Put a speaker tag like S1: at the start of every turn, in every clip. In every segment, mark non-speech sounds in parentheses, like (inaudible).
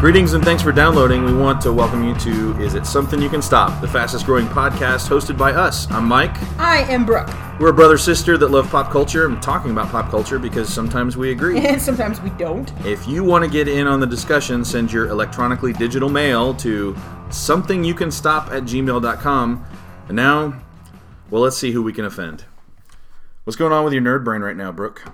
S1: Greetings and thanks for downloading. We want to welcome you to Is It Something You Can Stop, the fastest growing podcast hosted by us. I'm Mike.
S2: I am Brooke, (laughs)
S1: We're a brother sister that love pop culture. I'm talking about pop culture because sometimes we
S2: (laughs)
S1: agree.
S2: and sometimes we don't.
S1: if you want to get in on the discussion, send your electronically digital mail to somethingyoucanstop at gmail.com. And now, well, let's see who we can offend. What's going on with your nerd brain right now, Brooke?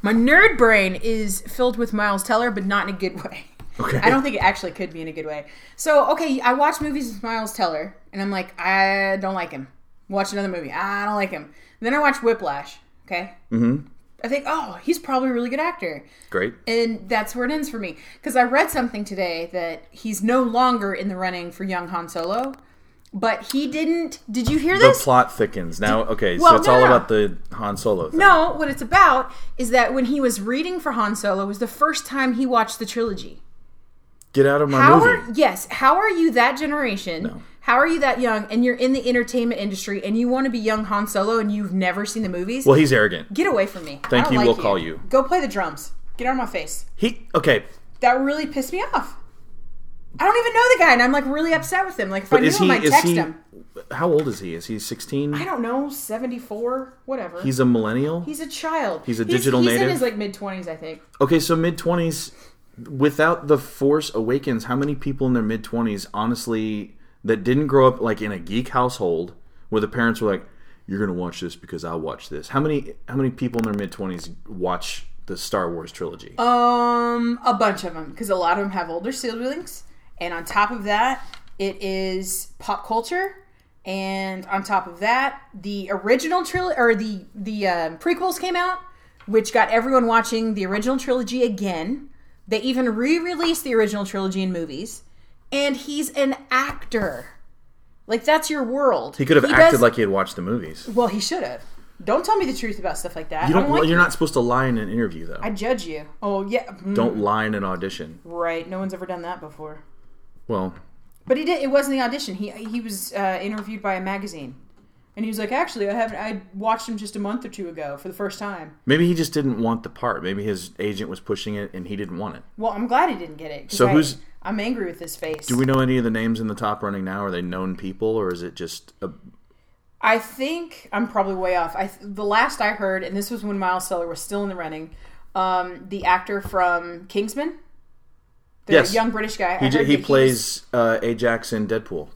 S2: My nerd brain is filled with Miles Teller, but not in a good way.
S1: Okay.
S2: I don't think it actually could be in a good way. So, okay, I watch movies with Miles Teller, and I'm like, I don't like him. Watch another movie. I don't like him. Then I watch Whiplash. Okay. Mm-hmm. I think, oh, he's probably a really good actor.
S1: Great.
S2: And that's where it ends for me. Because I read something today that he's no longer in the running for young Han Solo, but he didn't. Did you hear
S1: The
S2: this?
S1: plot thickens. Now, okay, so
S2: Well,
S1: it's
S2: no,
S1: all
S2: no, no.
S1: about the Han Solo thing.
S2: No, what it's about is that when he was reading for Han Solo was the first time he watched the trilogy.
S1: Get out of my
S2: How
S1: movie.
S2: are yes, how are you that generation?
S1: No.
S2: How are you that young and you're in the entertainment industry and you want to be young Han Solo and you've never seen the movies?
S1: Well, he's arrogant.
S2: Get away from me.
S1: Thank
S2: I don't
S1: you,
S2: like
S1: we'll call you.
S2: Go play the drums. Get out of my face.
S1: He okay,
S2: That really pissed me off. I don't even know the guy and I'm like really upset with him. Like if I
S1: but
S2: knew
S1: is
S2: him
S1: he
S2: I'd
S1: is
S2: text
S1: he?
S2: him.
S1: How old is he? Is he
S2: I
S1: sixteen?
S2: don't know, 74, whatever.
S1: He's a millennial.
S2: He's a child.
S1: He's a digital
S2: he's
S1: native?
S2: in his like mid 20s, I think.
S1: Okay, so mid twenties. Without the Force Awakens, how many people in their mid twenties, honestly, that didn't grow up like in a geek household where the parents were like, "You're gonna watch this because I watch this." How many how many people in their mid twenties watch the Star Wars trilogy?
S2: Um, a bunch of them because a lot of them have older siblings, and on top of that, it is pop culture, and on top of that, the original trilogy or the the um, prequels came out, which got everyone watching the original trilogy again. They even re-released the original trilogy in movies, and he's an actor. Like that's your world.
S1: he could have acted
S2: does-
S1: like he had watched the movies.
S2: well, he should have. Don't tell me the truth about stuff like that.
S1: You
S2: I
S1: don't.
S2: don't like
S1: you're
S2: you.
S1: not supposed to lie in an interview though.
S2: I judge you. Oh yeah, mm,
S1: don't lie in an audition.
S2: right. No one's ever done that before.
S1: Well,
S2: But he did. It wasn't the audition. He he was uh, interviewed by a magazine, and he was like, "Actually, I haven't. I watched him just a month or two ago for the first time.
S1: Maybe he just didn't want the part. Maybe his agent was pushing it and he didn't want it.
S2: Well, I'm glad he didn't get it. 'cause
S1: So
S2: I,
S1: who's-
S2: I'm angry with his face.
S1: Do we know any of the names in the top running now? Are they known people or is it just a,
S2: I think I'm probably way off. I th- the last I heard, and this was when Miles Teller was still in the running. Um, the actor from Kingsman, the
S1: Yes.
S2: young British guy. I
S1: he, j-
S2: heard
S1: he
S2: that was-
S1: plays uh, Ajax in Deadpool?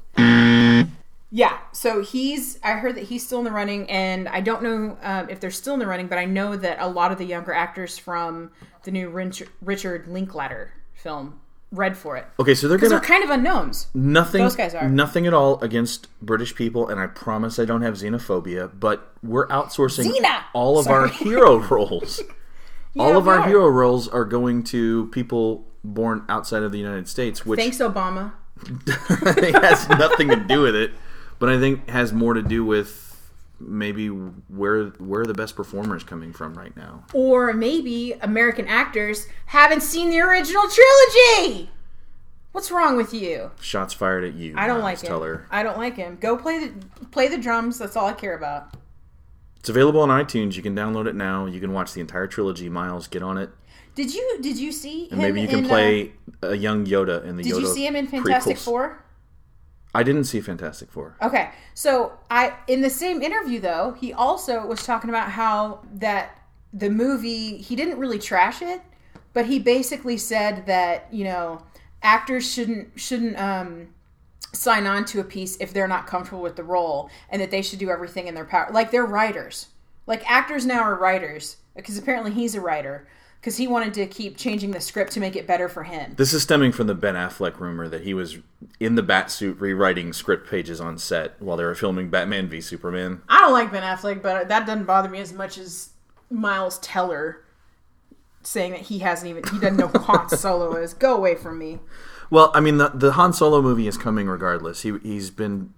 S2: Yeah, so he's. I heard that he's still in the running, and I don't know um, if they're still in the running, but I know that a lot of the younger actors from the new Richard, Richard Linklater film read for it.
S1: Okay, so they're
S2: Those
S1: gonna
S2: are kind of unknowns.
S1: nothing.
S2: those guys are.
S1: nothing at all against British people, and I promise I don't have xenophobia. But we're outsourcing
S2: Xena!
S1: all of our
S2: Sorry. (laughs)
S1: hero roles. all
S2: Yeah,
S1: of
S2: we
S1: our
S2: are.
S1: hero roles are going to people born outside of the United States, which
S2: Thanks, Obama.
S1: (laughs) it has nothing to do with it, but I think has more to do with maybe where where are the best performers coming from right now.
S2: Or maybe American actors haven't seen the original trilogy. What's wrong with you?
S1: Shots fired at you.
S2: I don't like him.
S1: Teller.
S2: I don't like him. Go play the play the drums. That's all I care about.
S1: It's available on iTunes. You can download it now. You can watch the entire trilogy. Miles, get on it.
S2: Did you did you see him?
S1: Maybe you can
S2: in, uh,
S1: play a young Yoda in the
S2: did
S1: Yoda.
S2: you see him in Fantastic
S1: prequels.
S2: Four?
S1: I didn't see Fantastic Four.
S2: Okay. So I in the same interview though, he also was talking about how that the movie he didn't really trash it, but he basically said that, you know, actors shouldn't shouldn't um sign on to a piece if they're not comfortable with the role and that they should do everything in their power like they're writers. Like actors now are writers because apparently he's a writer because he wanted to keep changing the script to make it better for him.
S1: This is stemming from the Ben Affleck rumor that he was in the bat suit rewriting script pages on set while they were filming Batman v Superman.
S2: I don't like Ben Affleck, but that doesn't bother me as much as Miles Teller saying that he hasn't even he doesn't know
S1: (laughs)
S2: who Han Solo is. Go away from me.
S1: Well, I mean, the, the Han Solo movie is coming regardless. He he's been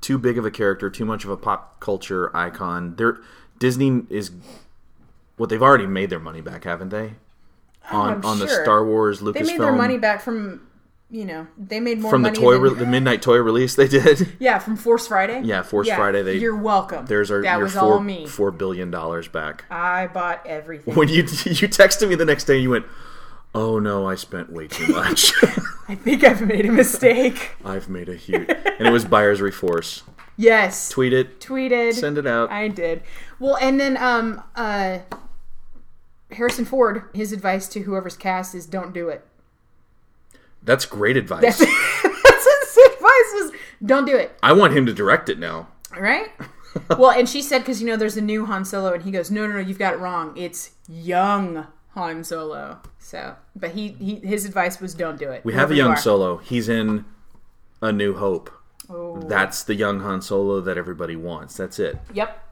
S1: too big of a character, too much of a pop culture icon. They're, Disney is what they've already made their money back, haven't they? On
S2: Oh, I'm
S1: on the
S2: sure.
S1: Star Wars Lucasfilm
S2: They made their money back from you know they made more
S1: from the
S2: money
S1: toy
S2: than-
S1: re- the midnight toy release they did. (laughs)
S2: yeah from Force Friday
S1: Yeah, Force Friday, they-
S2: you're welcome.
S1: There's our
S2: that
S1: your
S2: was
S1: four,
S2: all me.
S1: four billion dollars back. (laughs)
S2: I bought everything.
S1: When you you texted me the next day, you went, oh no, I spent way too much. (laughs)
S2: I think I've made a mistake.
S1: I've made a huge. And it was Buyer's (laughs) Reforce.
S2: Yes.
S1: Tweet it,
S2: tweeted.
S1: send it out.
S2: I did. Well, and then um uh Harrison Ford, his advice to whoever's cast is don't do it.
S1: That's great advice.
S2: That's (laughs) his advice was don't do it,
S1: I want him to direct it now. (laughs)
S2: right? well, and she said because you know there's a new Han Solo, and he goes, no, no, no, you've got it wrong. It's young Han Solo. So, but he, he his advice was don't do it.
S1: We have a young Solo. He's in A New Hope.
S2: Oh.
S1: That's the young Han Solo that everybody wants. That's it.
S2: Yep,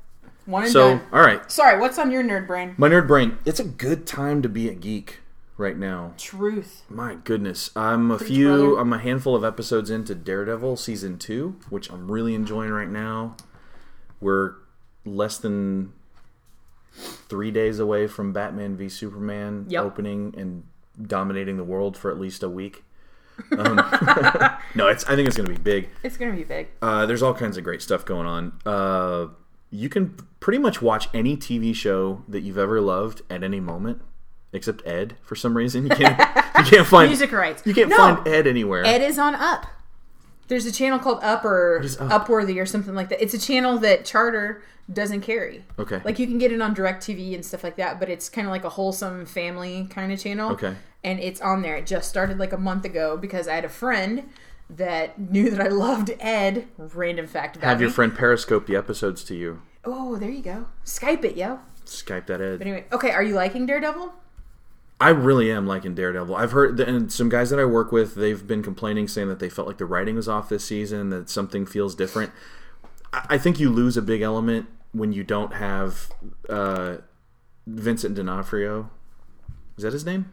S2: one and
S1: So,
S2: done.
S1: all right.
S2: Sorry, what's on your nerd brain?
S1: My nerd brain, it's a good time to be a geek right now.
S2: Truth.
S1: My goodness. I'm a
S2: Preach,
S1: few,
S2: brother.
S1: I'm a handful of episodes into Daredevil season two, which I'm really enjoying right now. We're less than three days away from Batman v Superman
S2: Yep.
S1: opening and dominating the world for at least a
S2: (laughs)
S1: week. Um, (laughs) no, it's, I think it's going to be big.
S2: It's gonna be big.
S1: Uh, there's all kinds of great stuff going on. Uh, you can pretty much watch any TV show that you've ever loved at any moment, except Ed. For some reason, you can't you
S2: (laughs)
S1: can't find
S2: Music rights.
S1: you can't
S2: No.
S1: find Ed anywhere.
S2: Ed is on Up. There's a channel called Up or
S1: is Up?
S2: Upworthy or something like that. It's a channel that Charter doesn't carry.
S1: okay,
S2: Like you can get it on DirecTV and stuff like that, but it's kind of like a wholesome family kind of channel.
S1: okay,
S2: And it's on there. It just started like a month ago because I had a friend that knew that I loved Ed. Random fact about
S1: have your
S2: me.
S1: friend Periscope the episodes to you.
S2: oh, there you go. Skype it, yo.
S1: Skype that Ed.
S2: But anyway, okay. Are you liking Daredevil?
S1: I really am liking Daredevil. I've heard that, and some guys that I work with, they've been complaining saying that they felt like the writing was off this season, that something feels different. I, I think you lose a big element when you don't have uh, Vincent D'Onofrio. Is that his name?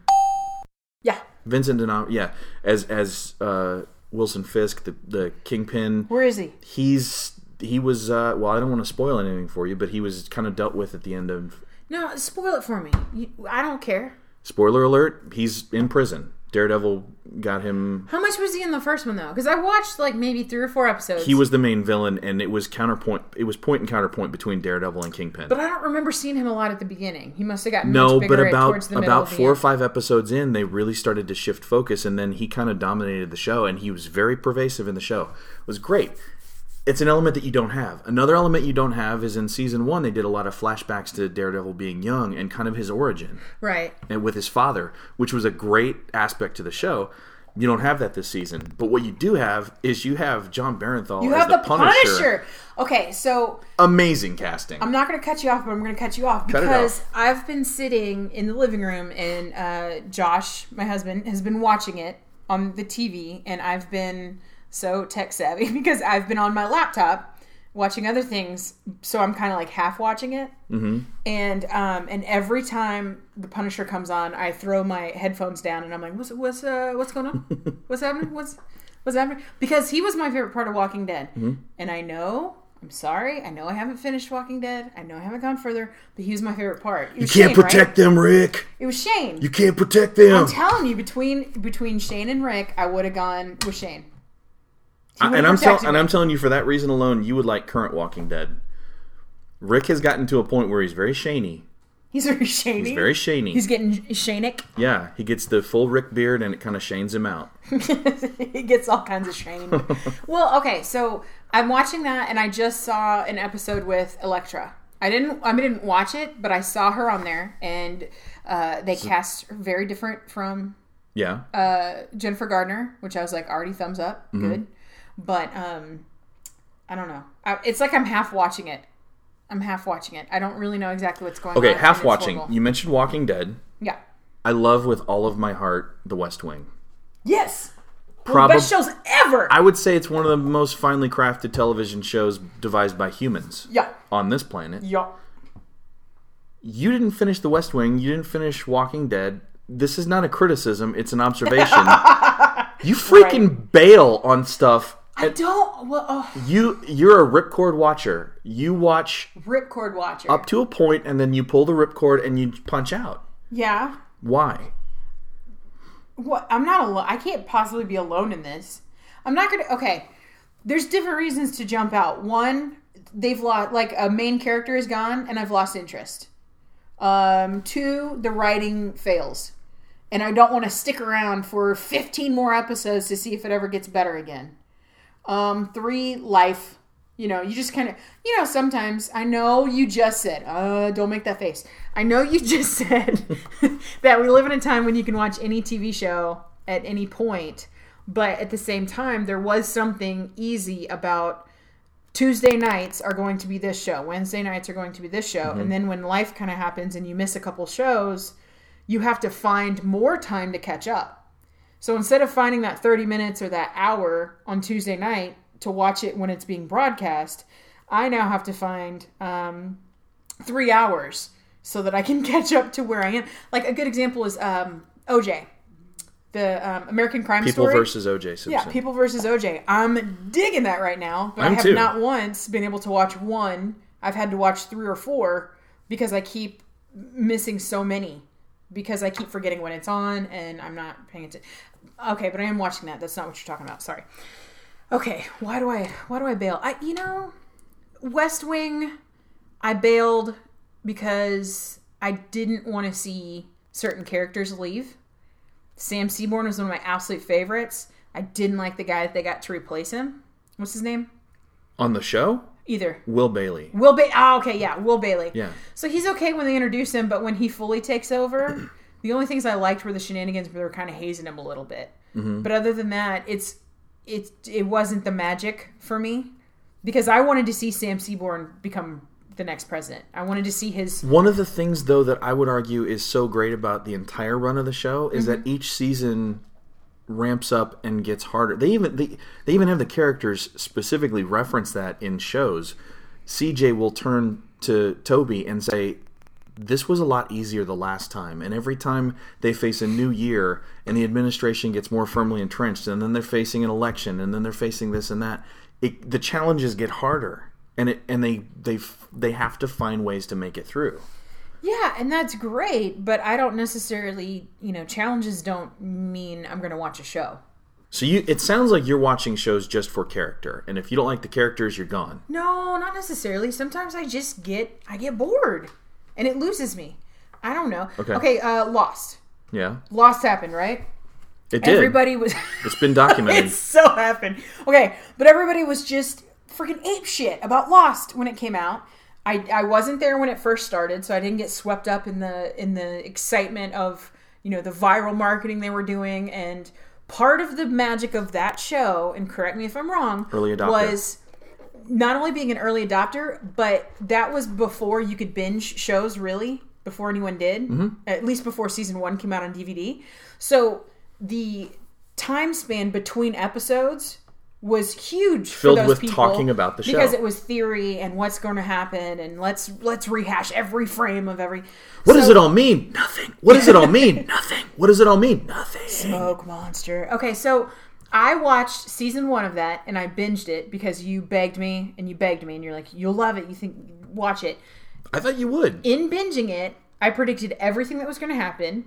S2: Yeah.
S1: Vincent D'Onofrio. Yeah, as as uh, Wilson Fisk, the the kingpin.
S2: Where is he?
S1: He's he was uh, well. I don't want to spoil anything for you, but he was kind of dealt with at the end of.
S2: No, spoil it for me. You, I don't care.
S1: Spoiler alert: He's in prison. Daredevil got him
S2: How much was he in the first one though? Because I watched like maybe three or four episodes.
S1: he was the main villain, and it was counterpoint. It was point and counterpoint between Daredevil and Kingpin.
S2: but I don't remember seeing him a lot at the beginning. He must have gotten
S1: no,
S2: much bigger
S1: but
S2: towards
S1: about
S2: the middle
S1: about
S2: of the
S1: four or
S2: end.
S1: five episodes in, they really started to shift focus, and then he kind of dominated the show, and he was very pervasive in the show. It was great. It's an element that you don't have. Another element you don't have is in season one, they did a lot of flashbacks to Daredevil being young and kind of his origin
S2: right.
S1: and with his father, which was a great aspect to the show. You don't have that this season, but what you do have is you have John Barenthal
S2: You
S1: as
S2: have
S1: the,
S2: the Punisher. Okay, so
S1: Amazing casting.
S2: I'm not going to cut you off, but I'm going to cut you off
S1: it
S2: because I've been sitting in the living room and uh, Josh, my husband, has been watching it on the TV, and I've been so tech savvy (laughs) because I've been on my laptop watching other things, so I'm kind of like half watching it. Mm-hmm. And um, and every time the Punisher comes on, I throw my headphones down and I'm like, what's what's uh, what's going (laughs) on? what's happening? What's what's happening? Because he was my favorite part of Walking Dead,
S1: Mm-hmm.
S2: and I know. I'm sorry. I know I haven't finished Walking Dead. I know I haven't gone further, but he was my favorite part. It was
S1: Can't
S2: Shane,
S1: protect
S2: Right?
S1: them, Rick.
S2: It was Shane.
S1: You can't protect them.
S2: I'm telling you, between between Shane and Rick, I would have gone with Shane.
S1: I-
S2: He would've
S1: and I'm tell-
S2: protected
S1: and
S2: me.
S1: I'm telling you for that reason alone, you would like current Walking Dead. Rick has gotten to a point where he's very shany.
S2: he's very (laughs) Shaney. He's,
S1: Very shany.
S2: getting Shaneic.
S1: yeah, he gets the full Rick beard and it kind of shanes him out.
S2: (laughs) he gets all kinds of shame. well, okay, so I'm watching that, and I just saw an episode with Elektra. I didn't, I mean, didn't watch it, but I saw her on there, and uh, they cast her very different from
S1: Yeah.
S2: uh, Jennifer Gardner, which I was like already thumbs up,
S1: Mm-hmm.
S2: good. But um, I don't know. I, it's like I'm half watching it. I'm half watching it. I don't really know exactly what's going on.
S1: okay,
S2: and
S1: half
S2: it's
S1: watching.
S2: horrible.
S1: You mentioned Walking Dead.
S2: Yeah.
S1: I love with all of my heart The West Wing.
S2: Yes.
S1: Probably
S2: Best shows ever.
S1: I would say it's one of the most finely crafted television shows devised by humans
S2: yeah.
S1: on this planet.
S2: Yeah.
S1: You didn't finish The West Wing, you didn't finish Walking Dead. This is not a criticism, it's an
S2: (laughs)
S1: observation. you freaking bail on stuff
S2: I don't. Well, oh,
S1: You you're a ripcord watcher. You watch
S2: ripcord watcher.
S1: up to a point and then you pull the ripcord and you punch out.
S2: Yeah.
S1: Why?
S2: What? I'm not alone. I can't possibly be alone in this. I'm not gonna. Okay. There's different reasons to jump out. One, they've lost. Like a main character is gone, and I've lost interest. Um, two, the writing fails. and I don't want to stick around for 15 more episodes to see if it ever gets better again. Um, three, life. You know, you just kind of, you know, sometimes I know you just said, uh, don't make that face. I know you (laughs) just said that we live in a time when you can watch any TV show at any point, but at the same time, there was something easy about Tuesday nights are going to be this show, Wednesday nights are going to be this show.
S1: Mm-hmm.
S2: And then when life kind of happens and you miss a couple shows, you have to find more time to catch up. So instead of finding that 30 minutes or that hour on Tuesday night to watch it when it's being broadcast, I now have to find um, three hours so that I can (laughs) catch up to where I am. Like a good example is um, OJ, the um, American Crime
S1: People
S2: Story.
S1: versus O.J. Simpson.
S2: Yeah, People versus OJ. I'm digging that right now, but i
S1: I'm
S2: have
S1: too.
S2: not once been able to watch one. I've had to watch three or four because I keep missing so many because I keep forgetting when it's on and I'm not paying attention. Okay, but I am watching that. That's not what you're talking about. Sorry. Okay, why do I why do I bail? I you know, West Wing I bailed because I didn't want to see certain characters leave. Sam Seaborn was one of my absolute favorites. I didn't like the guy that they got to replace him. What's his name?
S1: On the show,
S2: Either.
S1: Will Bailey.
S2: Will Bailey. Oh, okay, yeah, Will Bailey.
S1: Yeah.
S2: So he's okay when they introduce him, but when he fully takes over, the only things I liked were the shenanigans where they were kind of hazing him a little bit. But other than that, it's it it wasn't the magic for me because I wanted to see Sam Seaborn become the next president. I wanted to see his
S1: One of the things, though, that I would argue is so great about the entire run of the show is that each season ramps up and gets harder. They even they, they even have the characters specifically reference that in shows. CJ will turn to Toby and say, "This was a lot easier the last time." And every time they face a new year and the administration gets more firmly entrenched, and then they're facing an election, and then they're facing this and that, it, the challenges get harder, and it and they they f- they have to find ways to make it through.
S2: Yeah, and that's great, but I don't necessarily, you know, challenges don't mean I'm going to watch a show.
S1: So you, it sounds like you're watching shows just for character, and if you don't like the characters, you're gone.
S2: No, not necessarily. Sometimes I just get I get bored and it loses me. I don't know.
S1: Okay.
S2: Okay, uh Lost.
S1: Yeah,
S2: Lost happened, right?
S1: it did.
S2: Everybody was
S1: (laughs) it's been documented.
S2: It (laughs) so happened. Okay, but everybody was just freaking ape shit about Lost when it came out. I, I wasn't there when it first started, so I didn't get swept up in the in the excitement of you know the viral marketing they were doing. And part of the magic of that show, and correct me if I'm wrong,
S1: Early adopter.
S2: was not only being an early adopter, but that was before you could binge shows really, before anyone did,
S1: Mm-hmm.
S2: at least before season one came out on DVD. So the time span between episodes was huge
S1: Filled
S2: for those
S1: with
S2: people
S1: talking about the show.
S2: because it was theory and what's going to happen and let's let's rehash every frame of every
S1: What does it all mean? Nothing. What does it all mean? (laughs) Nothing. What does it all mean? Nothing.
S2: smoke monster. Okay, so I watched season one of that and I binged it because you begged me and you begged me and you're like you'll love it. You think watch it.
S1: I thought you would.
S2: in binging it, I predicted everything that was going to happen,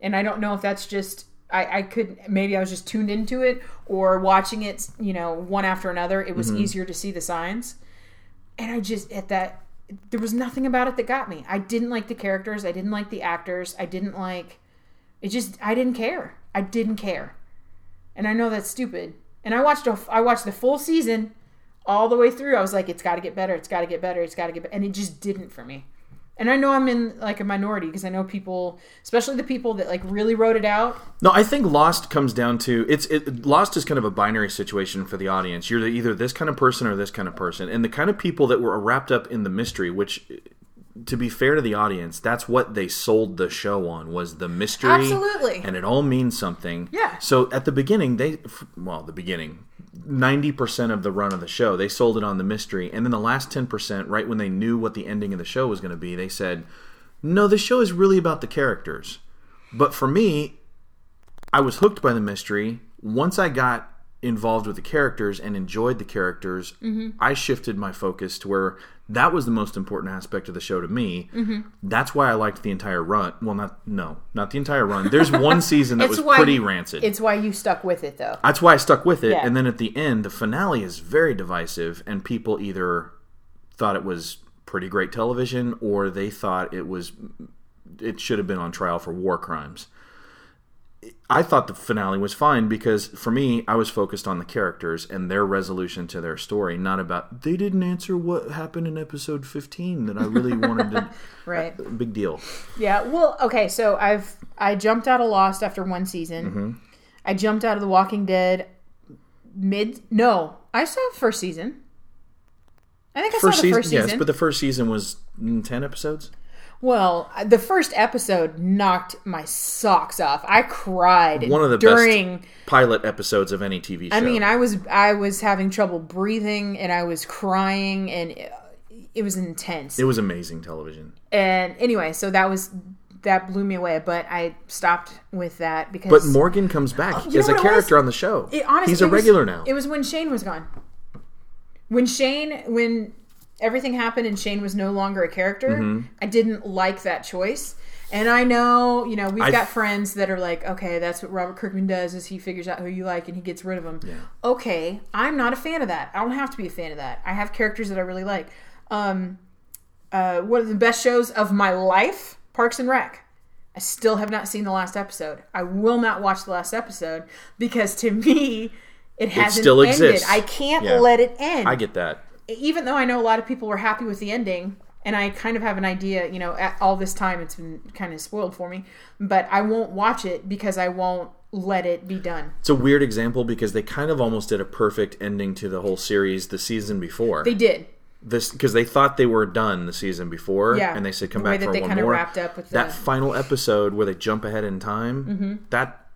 S2: and I don't know if that's just I, I could maybe I was just tuned into it or watching it, you know, one after another. It was easier to see the signs, and I just at that there was nothing about it that got me. I didn't like the characters. I didn't like the actors. I didn't like it. Just I didn't care. I didn't care, and I know that's stupid. And I watched a, I watched the full season all the way through. I was like, it's got to get better. It's got to get better. It's got to get better. And it just didn't for me and I know I'm in like a minority because I know people, especially the people that like really wrote it out.
S1: No, I think Lost comes down to it's it, Lost is kind of a binary situation for the audience. You're either this kind of person or this kind of person, and the kind of people that were wrapped up in the mystery, which. To be fair to the audience, that's what they sold the show on was the mystery,
S2: Absolutely.
S1: and it all means something.
S2: Yeah.
S1: So at the beginning, they f- well, the beginning, ninety percent of the run of the show, they sold it on the mystery, and then the last ten percent, right when they knew what the ending of the show was going to be, they said, "No, the show is really about the characters." But for me, I was hooked by the mystery. Once I got involved with the characters and enjoyed the characters,
S2: Mm-hmm.
S1: I shifted my focus to where that was the most important aspect of the show to me.
S2: Mm-hmm.
S1: That's why I liked the entire run. Well, not no, not the entire run. There's
S2: (laughs)
S1: one season that
S2: It's
S1: was
S2: why-
S1: pretty rancid.
S2: It's why you stuck with it though.
S1: That's why I stuck with it.
S2: Yeah.
S1: And then at the end, the finale is very divisive, and people either thought it was pretty great television or they thought it was it should have been on trial for war crimes. I thought the finale was fine because for me, I was focused on the characters and their resolution to their story, not about they didn't answer what happened in episode 15 that I really wanted
S2: (laughs)
S1: to.
S2: Right.
S1: Big deal.
S2: Yeah. Well, okay. So I've I jumped out of Lost after one season.
S1: Mm-hmm.
S2: I jumped out of The Walking Dead mid. No, I saw the first season. I think I saw the first season.
S1: yes, but the first season was mm, 10 episodes.
S2: well, the first episode knocked my socks off. I cried
S1: One of the
S2: during.
S1: best pilot episodes of any TV show.
S2: I mean, I was I was having trouble breathing and I was crying and it, it was intense.
S1: it was amazing television.
S2: and anyway, so that was that blew me away. But I stopped with that because
S1: But Morgan comes back
S2: you
S1: as
S2: know
S1: a
S2: what it was?
S1: character on the show.
S2: It- honestly,
S1: He's a
S2: it was-
S1: regular now.
S2: It was when Shane was gone. When Shane, when everything happened and Shane was no longer a character,
S1: Mm-hmm.
S2: I didn't like that choice. And I know, you know, we've
S1: I-
S2: got friends that are like, okay, that's what Robert Kirkman does is he figures out who you like and he gets rid of them. Okay, I'm not a fan of that. I don't have to be a fan of that. I have characters that I really like. Um, uh, one of the best shows of my life, Parks and Rec. I still have not seen the last episode. I will not watch the last episode because to me, it hasn't
S1: still
S2: ended.
S1: exists.
S2: I can't
S1: Yeah.
S2: let it end.
S1: I get that.
S2: Even though I know a lot of people were happy with the ending, and I kind of have an idea, you know, at all this time it's been kind of spoiled for me, but I won't watch it because I won't let it be done.
S1: It's a weird example because they kind of almost did a perfect ending to the whole series the season before.
S2: They did.
S1: this because they thought they were done the season before,
S2: Yeah.
S1: and they said come
S2: The way
S1: back
S2: that
S1: for
S2: they
S1: one
S2: kinda
S1: more.
S2: wrapped up with
S1: that
S2: the- Mm-hmm.
S1: final episode where they jump ahead in time, that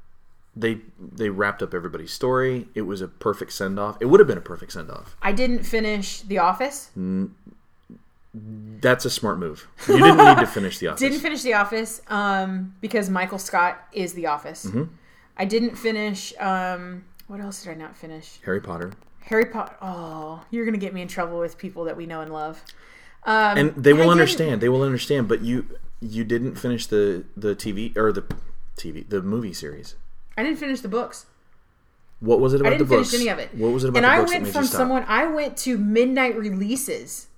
S1: they they wrapped up everybody's story. It was a perfect send off. It would have been a perfect send off.
S2: I didn't finish The Office.
S1: That's a smart move. You didn't need to finish the office.
S2: (laughs) Didn't finish The Office um, because Michael Scott is The Office.
S1: Mm-hmm.
S2: I didn't finish. Um, what else did I not finish?
S1: Harry Potter,
S2: Harry Potter. Oh, you're gonna get me in trouble with people that we know and love.
S1: and they will
S2: didn't-
S1: understand. They will understand. But you you didn't finish the the TV or the TV the movie series.
S2: I didn't finish the books.
S1: What was it about
S2: I didn't
S1: the books?
S2: finish any of it.
S1: What was it about
S2: And
S1: the
S2: I
S1: books that
S2: went
S1: made
S2: from
S1: you stop?
S2: someone. I went to midnight releases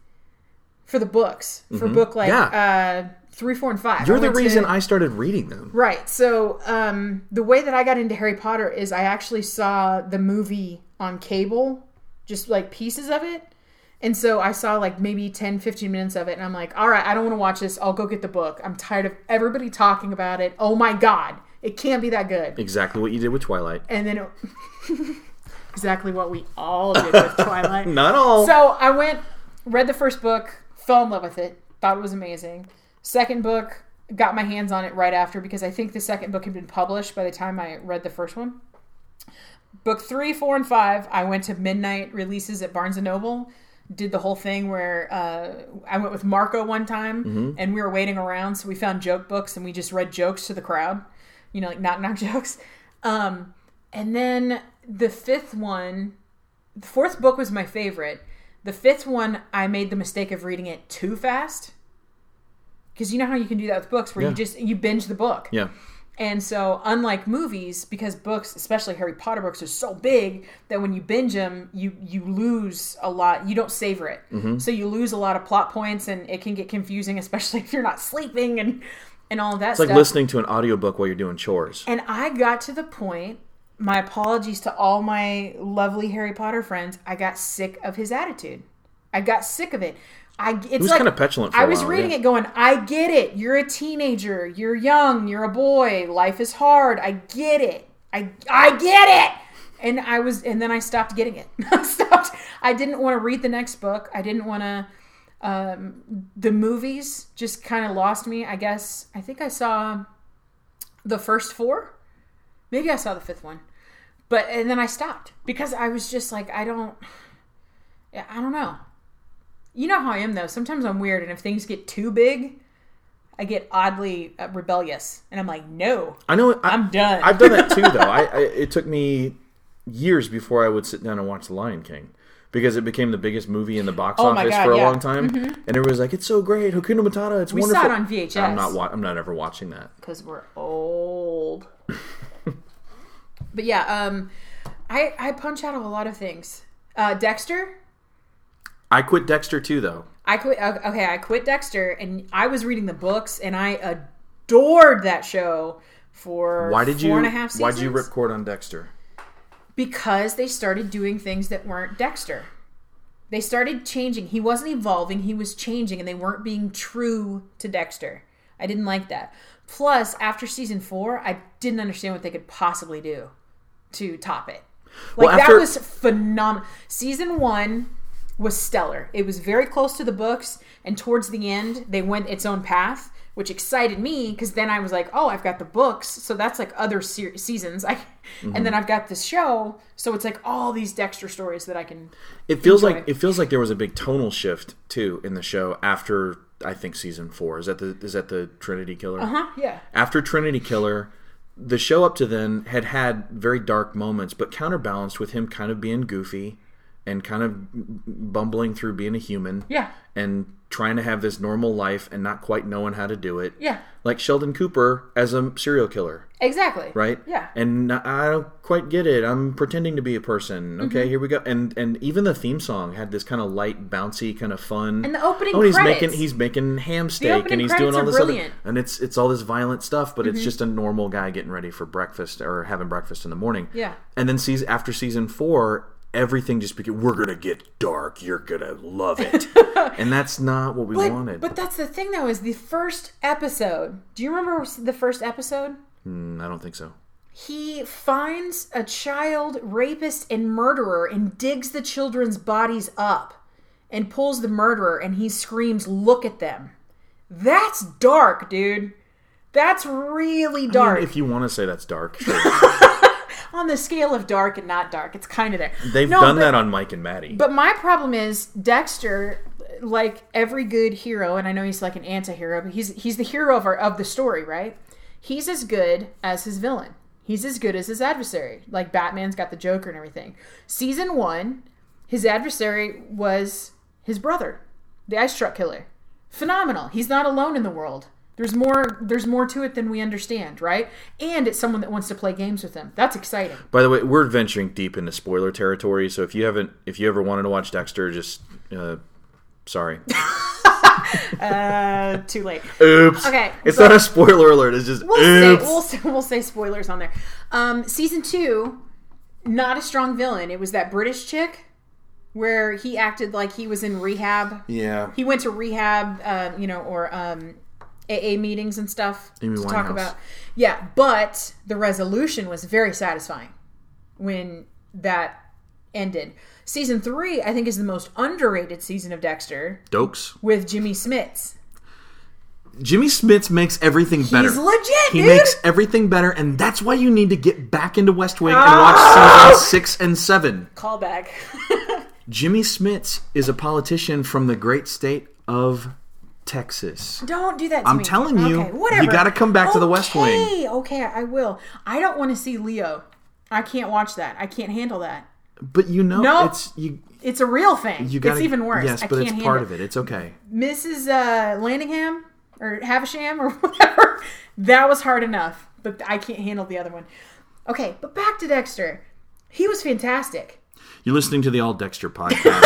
S2: for the books for book like uh, three, four, and five.
S1: Mm-hmm. You're
S2: I
S1: the
S2: went to-
S1: reason I started reading them.
S2: Right. So um, the way that I got into Harry Potter is I actually saw the movie on cable, just like pieces of it. And so I saw like maybe 10, 15 minutes of it. And I'm like, all right, I don't want to watch this. I'll go get the book. I'm tired of everybody talking about it. Oh my God. It can't be that good.
S1: Exactly what you did with Twilight.
S2: And then it, (laughs) exactly what we all did with Twilight.
S1: Not all.
S2: So I went, read the first book, fell in love with it, thought it was amazing. Second book, got my hands on it right after because I think the second book had been published by the time I read the first one. Book three, four, and five, I went to midnight releases at Barnes and Noble. Did the whole thing where uh, I went with Marco one time, and we were waiting around, so we found joke books and we just read jokes to the crowd, you know, like knock knock (laughs) jokes. Um, and then the fifth one, the fourth book was my favorite. The fifth one, I made the mistake of reading it too fast. Because you know how you can do that with books where
S1: Yeah.
S2: you just you binge the book.
S1: yeah.
S2: And so, unlike movies, because books, especially Harry Potter books, are so big that when you binge them, you you lose a lot. You don't savor it,
S1: Mm-hmm.
S2: so you lose a lot of plot points, and it can get confusing, (laughs) especially if you're not sleeping and and all that
S1: It's
S2: stuff.
S1: like listening to an audiobook while you're doing chores.
S2: And I got to the point, my apologies to all my lovely Harry Potter friends, I got sick of his attitude. I got sick of it. I it's
S1: was
S2: like
S1: kinda petulant for
S2: I
S1: a
S2: was
S1: while,
S2: reading
S1: yeah.
S2: it going, I get it. You're a teenager. You're young. You're a boy. Life is hard. I get it. I I get it. And I was and then I stopped getting it. (laughs) I stopped. I didn't want to read the next book. I didn't want to um, the movies just kind of lost me. I guess I think I saw the first four. Maybe I saw the fifth one, but and then I stopped because I was just like, I don't, yeah, I don't know. You know how I am though. Sometimes I'm weird, and if things get too big, I get oddly uh, rebellious, and I'm like, no,
S1: I know. I,
S2: I'm done.
S1: I've done that too, though. I, I it took me years before I would sit down and watch The Lion King because it became the biggest movie in the box
S2: Oh my
S1: office
S2: God,
S1: for a
S2: yeah. Mm-hmm.
S1: long time, and everyone was like, "It's so great, Hakuna Matata, it's
S2: we
S1: wonderful."
S2: saw it on VHS.
S1: I'm not. Wa- I'm not ever watching that.
S2: because we're old. (laughs) but yeah, um, I I punch out of a lot of things. Uh, Dexter,
S1: I quit Dexter too, though.
S2: I quit. Okay, I quit Dexter, and I was reading the books, and I adored that show for
S1: Why did
S2: four
S1: you?
S2: and a half seasons.
S1: Why'd you rip cord on Dexter?
S2: because they started doing things that weren't Dexter. They started changing. He wasn't evolving, he was changing, and they weren't being true to Dexter. I didn't like that. Plus, after season four, I didn't understand what they could possibly do to top it. Like,
S1: Well, after-
S2: that was phenomenal. Season one was stellar. It was very close to the books, and towards the end, they went its own path, which excited me because then I was like, "Oh, I've got the books, so that's like other ser- seasons." (laughs) I,
S1: Mm-hmm.
S2: and then I've got this show, so it's like all these Dexter stories that I can.
S1: It feels
S2: Enjoy.
S1: like it feels like there was a big tonal shift too in the show after I think season four. Is that the is that the Trinity Killer?
S2: Huh? uh-huh, Yeah.
S1: After Trinity Killer, the show up to then had had very dark moments, but counterbalanced with him kind of being goofy and kind of bumbling through being a human.
S2: Yeah.
S1: And trying to have this normal life and not quite knowing how to do it.
S2: Yeah.
S1: Like Sheldon Cooper as a serial killer
S2: Exactly.
S1: right?
S2: Yeah.
S1: And n- I don't quite get it. I'm pretending to be a person.
S2: Mm-hmm.
S1: Okay, here we go. And and even the theme song had this kind of light, bouncy, kind of fun.
S2: And the opening
S1: Oh, and he's
S2: credits.
S1: making he's making ham steak,
S2: opening
S1: and he's doing
S2: credits
S1: all
S2: are
S1: this other,
S2: brilliant. Mm-hmm.
S1: and it's it's all this violent stuff, but it's just a normal guy getting ready for breakfast or having breakfast in the morning.
S2: Yeah.
S1: And then sees after season four. Everything just became. We're gonna get dark. You're gonna love
S2: (laughs)
S1: it, and that's not what we
S2: But,
S1: wanted.
S2: but that's the thing, though, is the first episode. Do you remember the first episode?
S1: Mm, I don't think so.
S2: He finds a child rapist and murderer and digs the children's bodies up and pulls the murderer and he screams, Look at them. That's dark, dude. That's really dark.
S1: If you want to say that's dark,
S2: (laughs)
S1: sure.
S2: on the scale of dark and not dark, it's kind of there.
S1: they've
S2: No,
S1: done
S2: but-
S1: that on Mike and Maddie.
S2: But my problem is Dexter, like every good hero, and I know he's like an anti-hero, but he's he's the hero of our, of the story, right? He's as good as his villain. He's as good as his adversary. Like Batman's got the Joker and everything. Season one, his adversary was his brother, the Ice Truck Killer. Phenomenal. He's not alone in the world. There's more. There's more to it than we understand, right? And it's someone that wants to play games with him. That's exciting.
S1: By the way, we're venturing deep into spoiler territory, so if you haven't, if you ever wanted to watch Dexter, just uh,
S2: (laughs)
S1: sorry.
S2: Uh, too late.
S1: Oops.
S2: Okay,
S1: It's
S2: but-
S1: not a spoiler alert. It's just
S2: we'll
S1: oops.
S2: say, we'll, say, we'll say spoilers on there. Um, season two, not a strong villain. It was that British chick where he acted like he was in rehab.
S1: yeah.
S2: He went to rehab, um, you know, or um, AA meetings and stuff
S1: Amy
S2: to talk
S1: Winehouse.
S2: about. Yeah, but the resolution was very satisfying when that ended. Season three, I think, is the most underrated season of Dexter
S1: Dokes.
S2: with Jimmy Smits.
S1: Jimmy Smits makes everything better.
S2: He's legit,
S1: He
S2: dude.
S1: makes everything better, and that's why you need to get back into West Wing and
S2: Oh!
S1: watch season six and seven.
S2: Callback.
S1: Jimmy Smits is a politician from the great state of Texas.
S2: Don't do that to
S1: I'm
S2: me.
S1: telling you,
S2: Okay, whatever.
S1: you gotta come back to the West Wing.
S2: Okay, okay, I will. I don't want to see Leo. I can't watch that. I can't handle that.
S1: But you know,
S2: No.
S1: it's you.
S2: It's a real thing.
S1: You gotta,
S2: it's even worse.
S1: Yes,
S2: I
S1: but
S2: can't
S1: it's
S2: handle
S1: part of it. It's okay.
S2: Mrs. Uh, Lanningham or Havisham or (laughs) whatever. That was hard enough, but I can't handle the other one. Okay, but back to Dexter. He was fantastic.
S1: You're listening to the All Dexter podcast.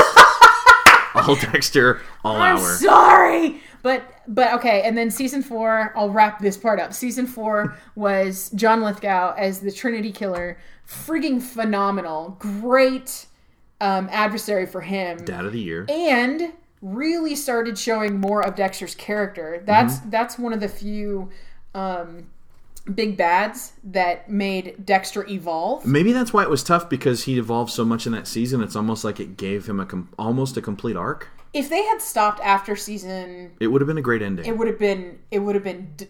S1: (laughs) All Dexter, all
S2: I'm
S1: hour.
S2: sorry, but but okay. And then season four, I'll wrap this part up. Season four was John Lithgow as the Trinity Killer, frigging phenomenal, great um, adversary for him,
S1: Dad of the year.
S2: and really started showing more of Dexter's character. That's that's one of the few. Um, Big bads that made Dexter evolve.
S1: Maybe that's why it was tough because he evolved so much in that season. It's almost like it gave him a com- almost a complete arc.
S2: If they had stopped after season
S1: It would have been a great ending.
S2: it would have been it would have been d-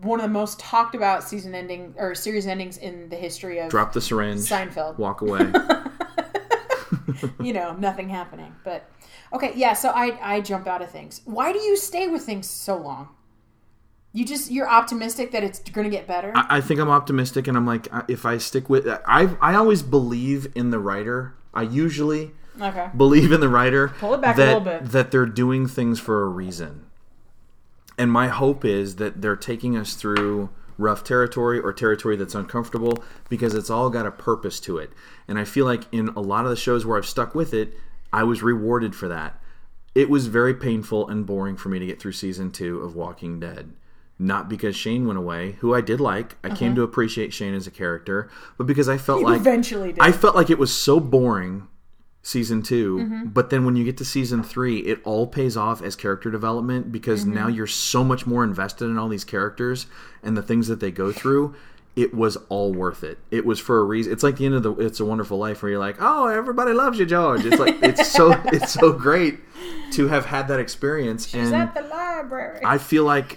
S2: one of the most talked about season ending or series endings in the history of
S1: Drop the syringe.
S2: Seinfeld.
S1: Walk
S2: (laughs)
S1: away.
S2: you know nothing happening but okay yeah so i i jump out of things why do you stay with things so long you just you're optimistic that it's gonna get better
S1: I I think I'm optimistic, and I'm like, I- if I stick with, I I always believe in the writer. I usually
S2: okay
S1: believe in the writer.
S2: Pull it back a
S1: that,
S2: little bit.
S1: That they're doing things for a reason. And my hope is that they're taking us through rough territory or territory that's uncomfortable because it's all got a purpose to it. And I feel like in a lot of the shows where I've stuck with it, I was rewarded for that. It was very painful and boring for me to get through season two of Walking Dead Not because Shane went away, who I did like. I came to
S2: Uh-huh.
S1: appreciate Shane as a character, but because I
S2: (laughs)
S1: felt like
S2: Eventually, did.
S1: I felt like it was so boring season 2
S2: Mm-hmm.
S1: but then when you get to season three, it all pays off as character development because
S2: Mm-hmm.
S1: now you're so much more invested in all these characters and the things that they go through. It was all worth it. It was for a reason. It's like the end of the It's a Wonderful Life where you're like, oh, everybody loves you, George. It's like it's so (laughs) it's so great to have had that experience.
S2: She's
S1: and
S2: at the library.
S1: I feel like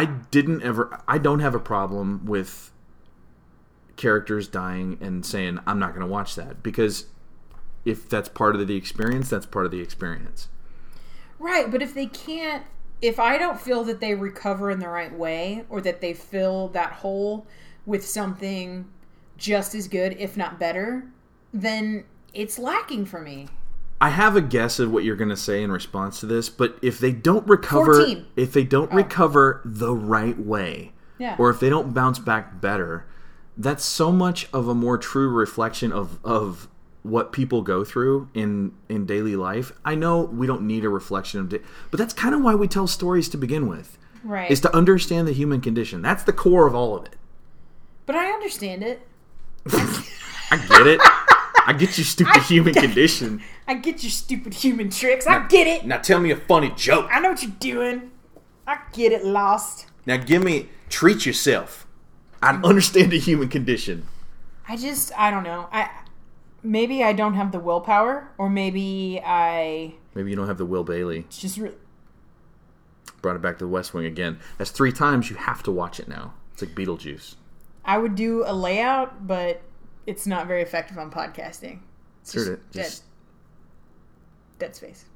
S1: I didn't ever. I don't have a problem with characters dying and saying I'm not going to watch that because if that's part of the experience, that's part of the experience.
S2: Right, but if they can't, if I don't feel that they recover in the right way or that they fill that hole with something just as good, if not better, then it's lacking for me.
S1: I have a guess of what you're going to say in response to this, but if they don't recover,
S2: 14.
S1: if they don't recover the right way,
S2: Yeah.
S1: or if they don't bounce back better, that's so much of a more true reflection of of what people go through in in daily life. I know we don't need a reflection of, da- but that's kind of why we tell stories to begin with,
S2: right.
S1: is to understand the human condition. That's the core of all of it.
S2: but I understand it.
S1: I get it. I get your stupid human condition.
S2: I get your stupid (laughs) human tricks. I get it.
S1: Now tell me a funny joke.
S2: I know what you're doing. I get it, lost.
S1: Now give me treat yourself. I understand the human condition.
S2: I just I don't know. I maybe I don't have the willpower or maybe I
S1: Maybe you don't have the Will Bailey.
S2: just re-
S1: Brought it back to the West Wing again. That's three times you have to watch it now. It's like Beetlejuice.
S2: I would do a layout, but it's not very effective on podcasting. It's
S1: Sure
S2: just
S1: it- just-
S2: dead, dead space.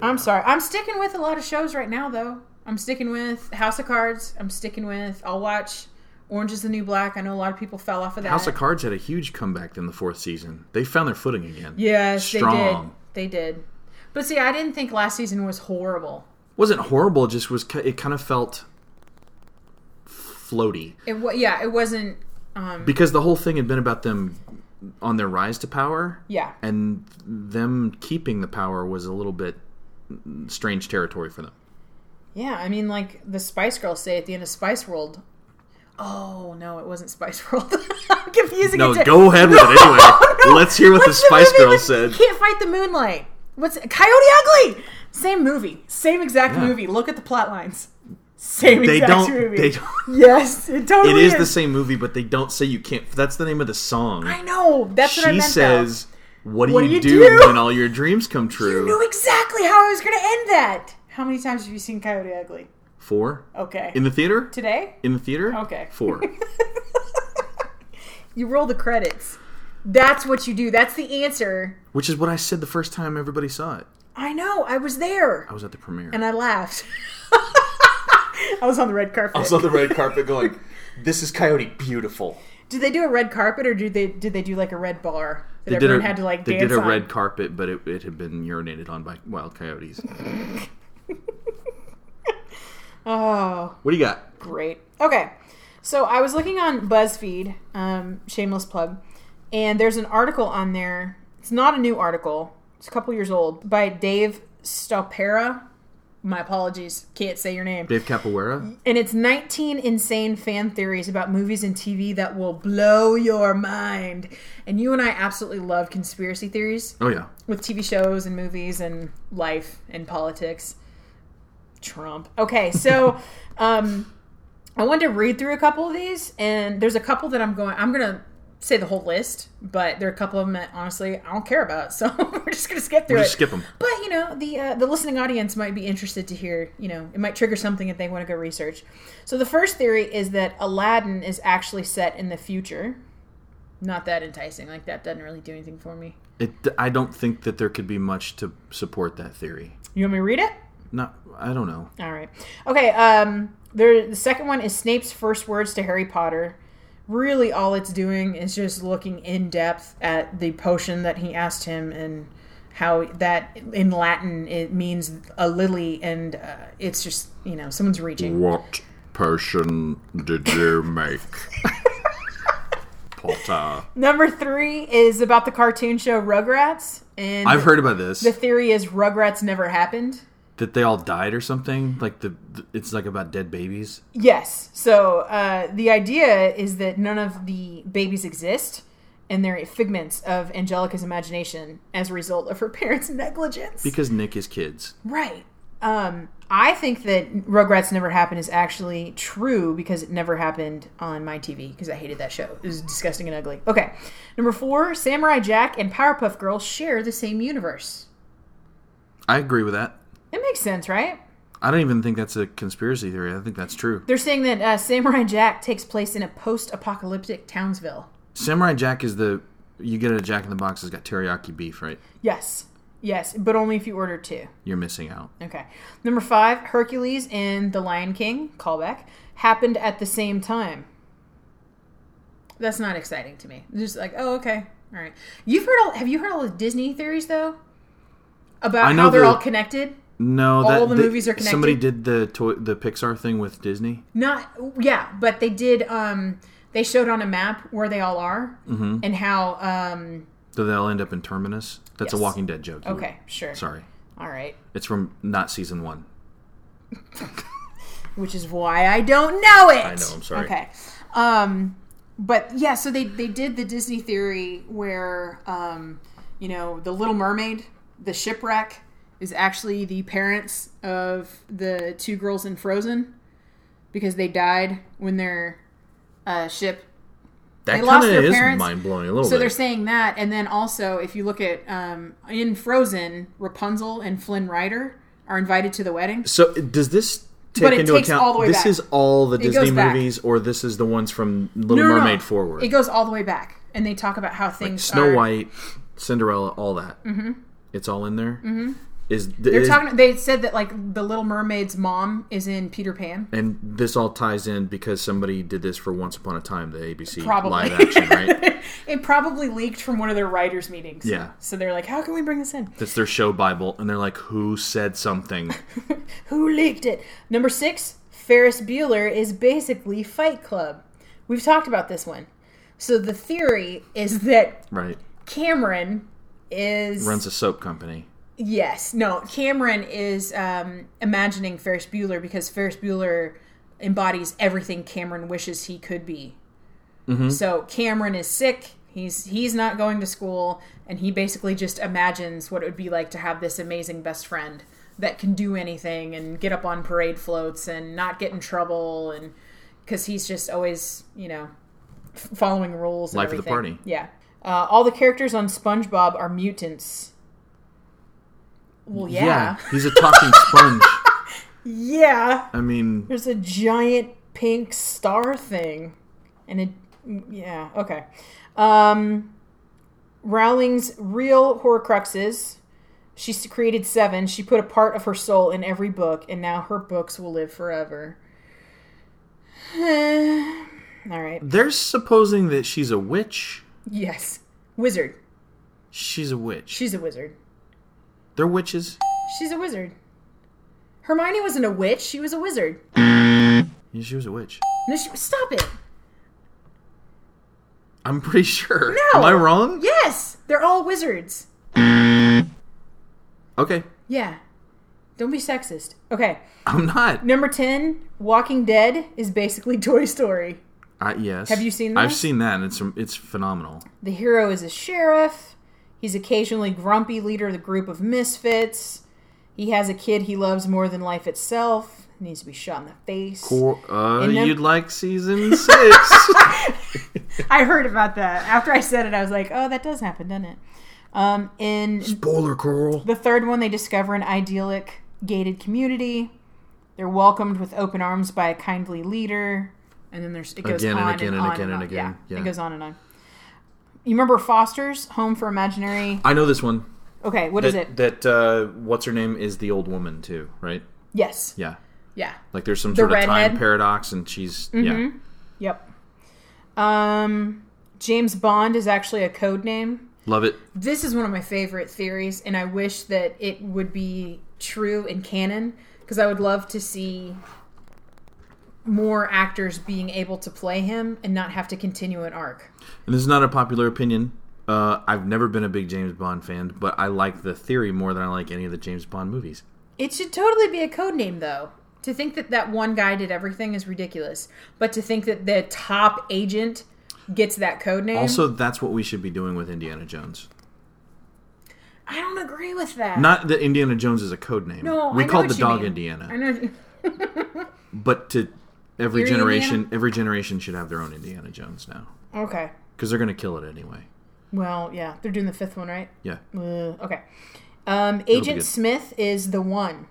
S2: I'm sorry. I'm sticking with a lot of shows right now, though. I'm sticking with House of Cards. I'm sticking with. I'll watch Orange Is the New Black. I know a lot of people fell off of that.
S1: House of Cards had a huge comeback in the fourth season. They found their footing again.
S2: Yes,
S1: Strong.
S2: they did. They did. But see, I didn't think last season was horrible.
S1: wasn't horrible. Just was. ki- It kind of felt floaty
S2: It wa- yeah, it wasn't. Um,
S1: because the whole thing had been about them on their rise to power,
S2: yeah,
S1: and them keeping the power was a little bit strange territory for them.
S2: Yeah, I mean, like the Spice Girls say at the end of Spice World. Oh no, it wasn't Spice World. (laughs) I'm
S1: (laughs)
S2: confusing
S1: No,
S2: it. to- (laughs) Oh,
S1: go ahead with it anyway.
S2: No!
S1: Let's hear what the
S2: What's
S1: Spice
S2: movie
S1: Girls said.
S2: with- Can't fight the moonlight. What's Coyote Ugly? Same movie, same exact
S1: Yeah.
S2: movie. Look at the plot lines. Same
S1: They
S2: exact
S1: don't.
S2: movie.
S1: They don't.
S2: Yes, it totally
S1: It is the same movie, but they don't say you can't. That's the name of the song.
S2: I know. That's
S1: she
S2: what I meant. though.
S1: says, "What do you, do,
S2: do?"
S1: when all your dreams come true?"
S2: You knew exactly how I was going to end that. How many times have you seen Coyote Ugly?
S1: Four
S2: Okay.
S1: in the theater.
S2: Today?
S1: In the theater.
S2: Okay. (laughs)
S1: Four.
S2: You roll the credits. That's what you do. That's the answer.
S1: Which is what I said the first time everybody saw it.
S2: I know. I was there,
S1: I was at the premiere.
S2: and I laughed. (laughs) I was on the red carpet.
S1: the red carpet going, "This is Coyote beautiful."
S2: did they do a red carpet, or did they did they do like a red bar that
S1: They did
S2: everyone
S1: a,
S2: had to like
S1: they
S2: dance
S1: did a
S2: on?
S1: red carpet, but it, it had been urinated on by wild coyotes.
S2: (laughs) Oh,
S1: what do you got?
S2: great. Okay, so I was looking on BuzzFeed, um, shameless plug, and there's an article on there. It's not a new article. It's a couple years old by Dave Stopera. My apologies. Can't say your name.
S1: Dave Capoeira.
S2: And it's 19 insane fan theories about movies and TV that will blow your mind. And you and I absolutely love conspiracy theories
S1: Oh yeah.
S2: with TV shows and movies and life and politics. Trump. Okay, so um, I wanted to read through a couple of these, and there's a couple that I'm going. I'm gonna say the whole list, but there are a couple of them that honestly I don't care about, (laughs) so we're just gonna skip through
S1: We'll
S2: it.
S1: just skip 'em.
S2: But you know, the uh, the listening audience might be interested to hear. You know, it might trigger something if they want to go research. So the first theory is that Aladdin is actually set in the future. Not that enticing. Like that doesn't really do anything for me.
S1: It, I don't think that there could be much to support that theory.
S2: You want me to read it?
S1: Not. I don't know.
S2: All right. Okay. Um. There. The second one is Snape's first words to Harry Potter. Really, all it's doing is just looking in depth at the potion that he asked him and how that in Latin it means a lily, and uh, it's just you know someone's reaching.
S1: What potion did you make? Potter.
S2: Number three is about the cartoon show Rugrats, and
S1: I've heard about this.
S2: the theory is Rugrats never happened.
S1: that they all died or something. Like the, the- it's like about dead babies.
S2: Yes. So uh, the idea is that none of the babies exist, and they're figments of Angelica's imagination as a result of her (laughs) parents' negligence.
S1: Because Nick is kids.
S2: right. Um, I think that Rugrats Never Happened is actually true because it never happened on my TV because I hated that show. It was disgusting and ugly. Okay. Number four Samurai Jack and Powerpuff Girls share the same universe.
S1: I agree with that.
S2: It makes sense, right?
S1: I don't even think that's a conspiracy theory. I think that's true.
S2: They're saying that uh, Samurai Jack takes place in a post apocalyptic Townsville.
S1: Samurai Jack is the you get a Jack in the Box that's got teriyaki beef, right?
S2: Yes. Yes, but only if you order two.
S1: You're missing out.
S2: Okay. Number five, Hercules and The Lion King, callback, happened at the same time. That's not exciting to me. Just like, oh, okay. All right. You've heard all have you heard all the Disney theories though?
S1: I
S2: About
S1: know
S2: how they're
S1: the-
S2: all connected?
S1: No,
S2: All
S1: that,
S2: the
S1: they-
S2: movies are
S1: Somebody did the toy, the Pixar thing with Disney.
S2: Not yeah, but they did um they showed on a map where they all are
S1: Mm-hmm.
S2: and how um
S1: So they'll end up in Terminus. That's a
S2: Yes.
S1: Walking Dead joke. you
S2: okay, sure.
S1: were- Sorry.
S2: All right.
S1: It's from not season one.
S2: which is why I don't know it. I
S1: know, I'm sorry.
S2: Okay. Um, but yeah, so they they did the Disney theory where um, you know, the Little Mermaid, the shipwreck is actually the parents of the two girls in Frozen because they died when their uh, ship
S1: That
S2: They lost
S1: kinda
S2: their parents,
S1: mind blowing a little
S2: so they're
S1: bit.
S2: saying that, and then also if you look at um, in Frozen, Rapunzel and Flynn Rider are invited to the wedding.
S1: So does this
S2: But
S1: take
S2: it
S1: into
S2: takes
S1: account
S2: all the way
S1: this
S2: back.
S1: is all the
S2: goes
S1: Disney
S2: back.
S1: movies, or this is the ones from Little
S2: No, no, no.
S1: Mermaid forward?
S2: It goes all the way back, and they talk about how things
S1: Snow
S2: are-
S1: White, Cinderella, all that. Mm-hmm. It's all in there. Mm-hmm. Is
S2: They're talking. They said that like the Little Mermaid's mom is in Peter Pan.
S1: and this all ties in because somebody did this for Once Upon a Time, the ABC
S2: Probably.
S1: live action, right?
S2: (laughs) It probably leaked from one of their writers' meetings.
S1: Yeah.
S2: So they're like, "How can we bring this in?
S1: That's their show bible, and they're like, "Who said something?"
S2: (laughs) Who leaked it?" Number six, Ferris Bueller is basically Fight Club. We've talked about this one. So the theory is that
S1: right?
S2: Cameron is
S1: Runs a soap company.
S2: Yes. No, Cameron is um, imagining Ferris Bueller because Ferris Bueller embodies everything Cameron wishes he could be.
S1: Mm-hmm.
S2: So Cameron is sick. He's he's not going to school, and he basically just imagines what it would be like to have this amazing best friend that can do anything and get up on parade floats and not get in trouble, and because he's just always you know f- following rules. And
S1: Life of the
S2: everything.
S1: party.
S2: Yeah. Uh, all the characters on SpongeBob are mutants. Well, yeah.
S1: he's a talking sponge.
S2: Yeah.
S1: I mean,
S2: There's a giant pink star thing. And it. Yeah, okay. Um, Rowling's real Horcruxes. She's created seven. She put a part of her soul in every book, and now her books will live forever. (sighs) All right.
S1: they're supposing that she's a witch.
S2: Yes. Wizard.
S1: She's a witch.
S2: She's a wizard.
S1: They're witches.
S2: She's a wizard. Hermione wasn't a witch. She was a wizard.
S1: Yeah, she was a witch.
S2: No, she, stop it.
S1: I'm pretty sure.
S2: No.
S1: Am I wrong?
S2: Yes, they're all wizards.
S1: Okay.
S2: Yeah. Don't be sexist. Okay.
S1: I'm not.
S2: Number 10, Walking Dead is basically (laughs) Toy Story.
S1: I, yes.
S2: Have you seen
S1: I've
S2: this?
S1: seen that. And it's it's phenomenal.
S2: The hero is a sheriff. He's occasionally grumpy leader of the group of misfits. He has a kid he loves more than life itself. He needs to be shot in the face.
S1: Or, uh,
S2: And then-
S1: you'd like season six.
S2: (laughs) I heard about that. After I said it, I was like, oh, that does happen, doesn't it? Um, in
S1: Spoiler, Coral.
S2: The third one, they discover an idyllic gated community. They're welcomed with open arms by a kindly leader, and then there's it goes
S1: Again and
S2: on
S1: again
S2: and,
S1: and
S2: on
S1: again
S2: and
S1: and
S2: on.
S1: again.
S2: Yeah,
S1: Yeah.
S2: it goes on and on. You remember Foster's Home for Imaginary?
S1: I know this one.
S2: Okay, what
S1: That,
S2: is it?
S1: That, uh, what's her name is the old woman, too, right?
S2: Yes,
S1: Yeah.
S2: yeah,
S1: Like there's some sort of time
S2: redhead? Mm-hmm.
S1: paradox, and she's. Yeah.
S2: yep. Um, James Bond is actually a code name.
S1: Love it.
S2: This is one of my favorite theories, and I wish that it would be true in canon because I would love to see more actors being able to play him and not have to continue an arc.
S1: And this is not a popular opinion. Uh, I've never been a big James Bond fan, but I like the theory more than I like any of the James Bond movies.
S2: It should totally be a code name, though. To think that that one guy did everything is ridiculous, but to think that the top agent gets that code name,
S1: Also, that's what we should be doing with Indiana Jones.
S2: I don't agree with that.
S1: Not that Indiana Jones is a code name.
S2: no,
S1: we
S2: I know
S1: called
S2: what
S1: the
S2: you
S1: dog
S2: mean.
S1: Indiana,
S2: I know.
S1: but to every
S2: You're
S1: generation,
S2: Indiana?
S1: every generation should have their own Indiana Jones now
S2: (laughs) Okay.
S1: because they're gonna kill it anyway.
S2: Well, yeah, they're doing the fifth one, right?
S1: Yeah,
S2: Uh, okay. Um,
S1: good.
S2: Agent Smith is the one.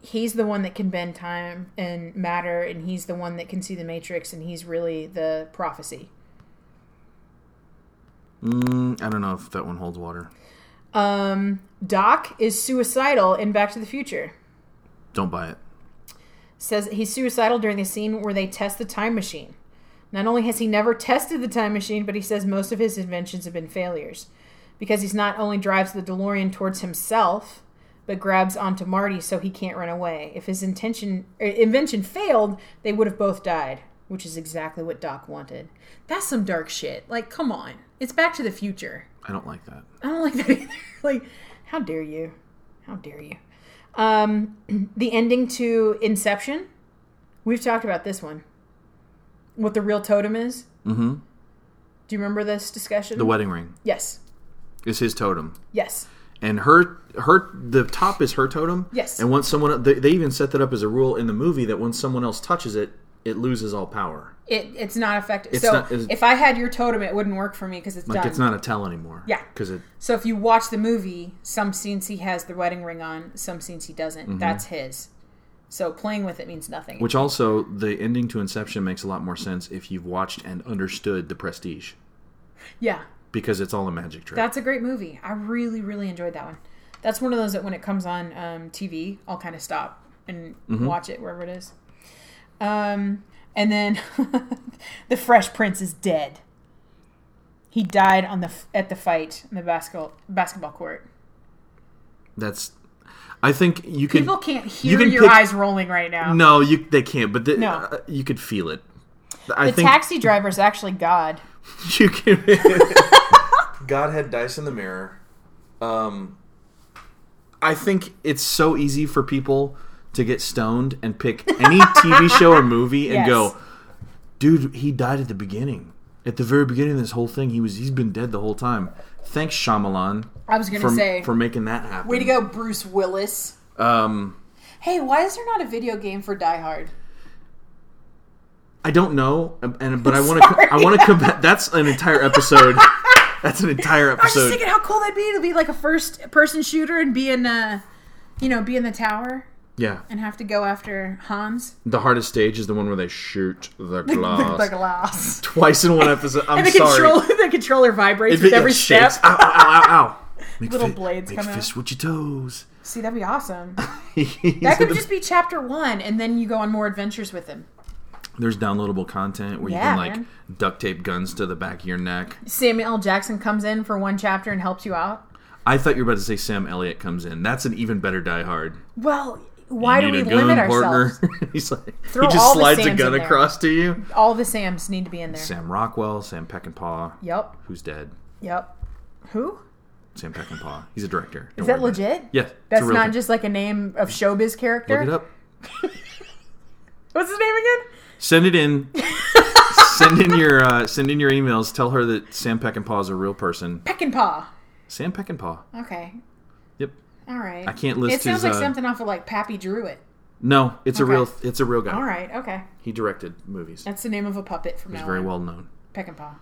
S2: He's the one that can bend time and matter, and he's the one that can see the Matrix, and he's really the prophecy.
S1: mm, I don't know if that one holds water.
S2: Um, Doc is suicidal in Back to the Future.
S1: Don't buy it.
S2: Says he's suicidal during the scene where they test the time machine. Not only has he never tested the time machine, but he says most of his inventions have been failures because he's not only drives the DeLorean towards himself, but grabs onto Marty so he can't run away. If his intention er, invention failed, they would have both died, which is exactly what Doc wanted. That's some dark shit. Like, come on, it's Back to the Future.
S1: I don't like that.
S2: I don't like that (laughs) either. like, how dare you? How dare you? Um, (clears throat) the ending to Inception. We've talked about this one. What the real totem is.
S1: Mm-hmm.
S2: Do you remember this discussion?
S1: The wedding ring
S2: yes.
S1: is his totem,
S2: Yes.
S1: and her her the top is her totem.
S2: Yes.
S1: And once someone they, they even set that up as a rule in the movie that once someone else touches it, it loses all power.
S2: It, it's not effective.
S1: It's
S2: so
S1: not- it's-
S2: if I had your totem, it wouldn't work for me because it's
S1: Like
S2: done.
S1: it's not a tell anymore.
S2: Yeah.
S1: Because it
S2: so if you watch the movie, some scenes he has the wedding ring on, some scenes he doesn't.
S1: Mm-hmm.
S2: That's his. So playing with it means nothing.
S1: Which also, the ending to Inception makes a lot more sense if you've watched and understood The Prestige,
S2: yeah.
S1: because it's all a magic trick.
S2: That's a great movie. I really, really enjoyed that one. That's one of those that when it comes on um, TV, I'll kind of stop and
S1: Mm-hmm.
S2: watch it wherever it is. Um, and then (laughs) the Fresh Prince is dead. He died on the f- at the fight in the basketball basketball court.
S1: That's, I think you could.
S2: People can't hear
S1: can
S2: your
S1: pick-
S2: eyes rolling right now.
S1: no, you they can't. But the,
S2: No.
S1: uh, you could feel it. I
S2: the
S1: think
S2: taxi driver is actually God.
S1: (laughs) you can. God had dice in the mirror. Um, I think it's so easy for people to get stoned and pick any TV show or movie and
S2: Yes.
S1: go, dude, he died at the beginning. At the very beginning of this whole thing, he was he's been dead the whole time. Thanks, Shyamalan,
S2: I was gonna
S1: for,
S2: say,
S1: for making that happen.
S2: way to go, Bruce Willis.
S1: Um,
S2: Hey, why is there not a video game for Die Hard?
S1: I don't know, and- and but I want to
S2: (laughs) Sorry.
S1: I want to combat. That's an entire
S2: (laughs)
S1: episode. that's an entire
S2: I was just
S1: episode.
S2: thinking how cool that'd be to be like a first person shooter and be in uh you know, be in the tower
S1: yeah,
S2: and have to go after
S1: (laughs)
S2: Hans.
S1: the hardest stage is the one where they shoot the glass
S2: (laughs) The glass.
S1: twice in one episode. I'm
S2: (laughs) And the
S1: sorry.
S2: controller the controller vibrates
S1: If
S2: with
S1: it-
S2: every
S1: it shakes.
S2: step.
S1: Ow, ow, ow,
S2: (laughs)
S1: ow. Make
S2: Little
S1: fi-
S2: blades
S1: make
S2: come out.
S1: fist with your toes.
S2: See, that'd be
S1: (laughs)
S2: awesome.
S1: that
S2: That could just be chapter one and then you go on more adventures with him.
S1: There's downloadable content where
S2: Yeah,
S1: you can like
S2: man.
S1: duct tape guns to the back of your neck.
S2: Samuel L. Jackson comes in for one chapter and helps you out.
S1: I thought you were about to say Sam Elliott comes in. That's an even better Die Hard.
S2: Well, why do
S1: Need
S2: we
S1: a
S2: limit
S1: gun
S2: ourselves?
S1: partner. (laughs) He's like
S2: Throw
S1: he just
S2: all the
S1: slides a
S2: Sams
S1: gun
S2: in there.
S1: across to you.
S2: All the Sams need to be in there.
S1: Sam Rockwell, Sam Peckinpah,
S2: Yep.
S1: who's dead.
S2: Yep. Who?
S1: Sam Peckinpah. He's a director. Don't
S2: Is that
S1: worry about it.
S2: legit?
S1: Yeah, it's a
S2: That's
S1: real
S2: not
S1: thing.
S2: just like a name of showbiz character.
S1: Look it up.
S2: What's his name again?
S1: Send it
S2: (laughs)
S1: in. send in your uh, send in your emails. Tell her that Sam Peckinpah is a real person.
S2: Peckinpah.
S1: Sam Peckinpah.
S2: Okay.
S1: Yep.
S2: All right.
S1: I can't list
S2: It sounds
S1: his,
S2: like
S1: uh,
S2: something off of like Pappy Druitt.
S1: No, it's
S2: Okay.
S1: a real it's a real guy.
S2: All right. Okay.
S1: He directed movies.
S2: That's the name of a puppet from now
S1: He's very
S2: on.
S1: well known.
S2: Peckinpah.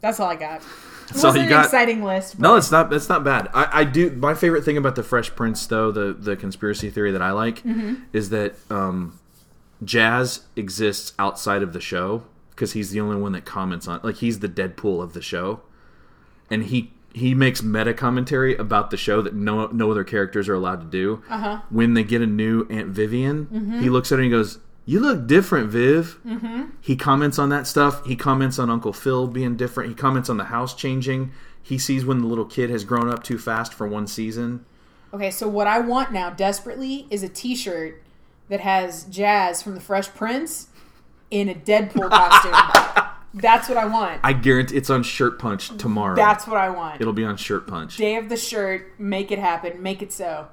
S2: That's all I got. It
S1: all
S2: wasn't
S1: you
S2: an
S1: got?
S2: exciting list.
S1: No, it's not. That's not bad. I, I do. My favorite thing about the Fresh Prince, though, the the conspiracy theory that I like, is that um, Jazz exists outside of the show because he's the only one that comments on. Like he's the Deadpool of the show, and he he makes meta commentary about the show that no no other characters are allowed to do.
S2: Uh-huh.
S1: When they get a new Aunt Vivian, he looks at her and he goes. You look different, Viv. He comments on that stuff. He comments on Uncle Phil being different. He comments on the house changing. He sees when the little kid has grown up too fast for one season.
S2: Okay. So what I want now desperately is a T-shirt that has Jazz from the Fresh Prince in a
S1: (laughs)
S2: Deadpool costume. That's what I want.
S1: I guarantee it's on Shirt Punch tomorrow.
S2: That's what I want.
S1: It'll be on Shirt Punch.
S2: Day of the shirt. Make it happen. Make it so.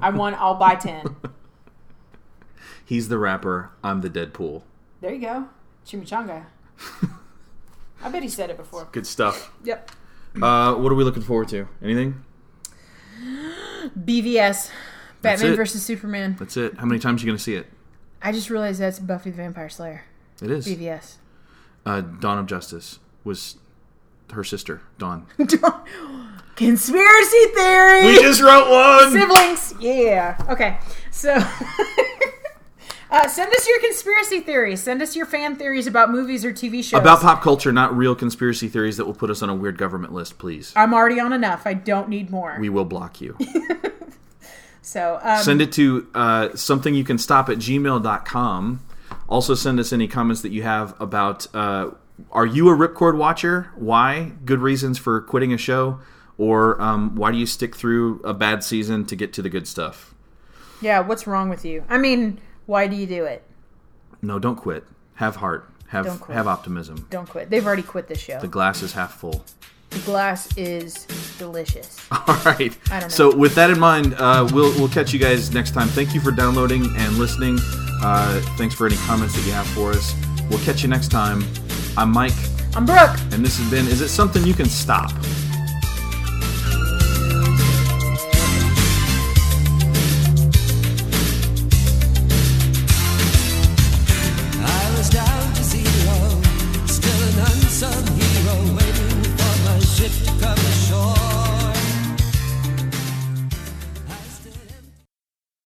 S2: I want. I'll
S1: (laughs)
S2: buy ten.
S1: He's the rapper. I'm the Deadpool.
S2: There you go, chimichanga. I bet he said it before.
S1: Good stuff.
S2: Yep.
S1: Uh, what are we looking forward to? Anything?
S2: BVS,
S1: it.
S2: Batman versus Superman.
S1: That's it. How many times are you going to see it?
S2: I just realized that's Buffy the Vampire Slayer.
S1: It is.
S2: BVS.
S1: Uh, Dawn of Justice was her sister, Dawn.
S2: Conspiracy theory.
S1: we just wrote one!
S2: siblings. Yeah. Okay. So. (laughs) Uh, send us your conspiracy theories. Send us your fan theories about movies or TV shows.
S1: About pop culture, not real conspiracy theories that will put us on a weird government list, please.
S2: I'm already on enough. I don't need more.
S1: We will block you.
S2: so, um,
S1: send it to uh, something you can stop at gmail.com also send us any comments that you have about uh, are you a ripcord watcher why good reasons for quitting a show or um, why do you stick through a bad season to get to the good stuff
S2: yeah, what's wrong with you? I mean, why do you do it?
S1: no don't quit have heart have
S2: Don't quit.
S1: have optimism
S2: Don't quit. They've already quit this show.
S1: the glass is half full (laughs)
S2: The glass is delicious.
S1: all right
S2: I don't know.
S1: so with that in mind uh, we'll, we'll catch you guys next time thank you for downloading and listening uh, thanks for any comments that you have for us we'll catch you next time i'm mike
S2: I'm Brooke.
S1: And this has been Is It Something You Can Stop?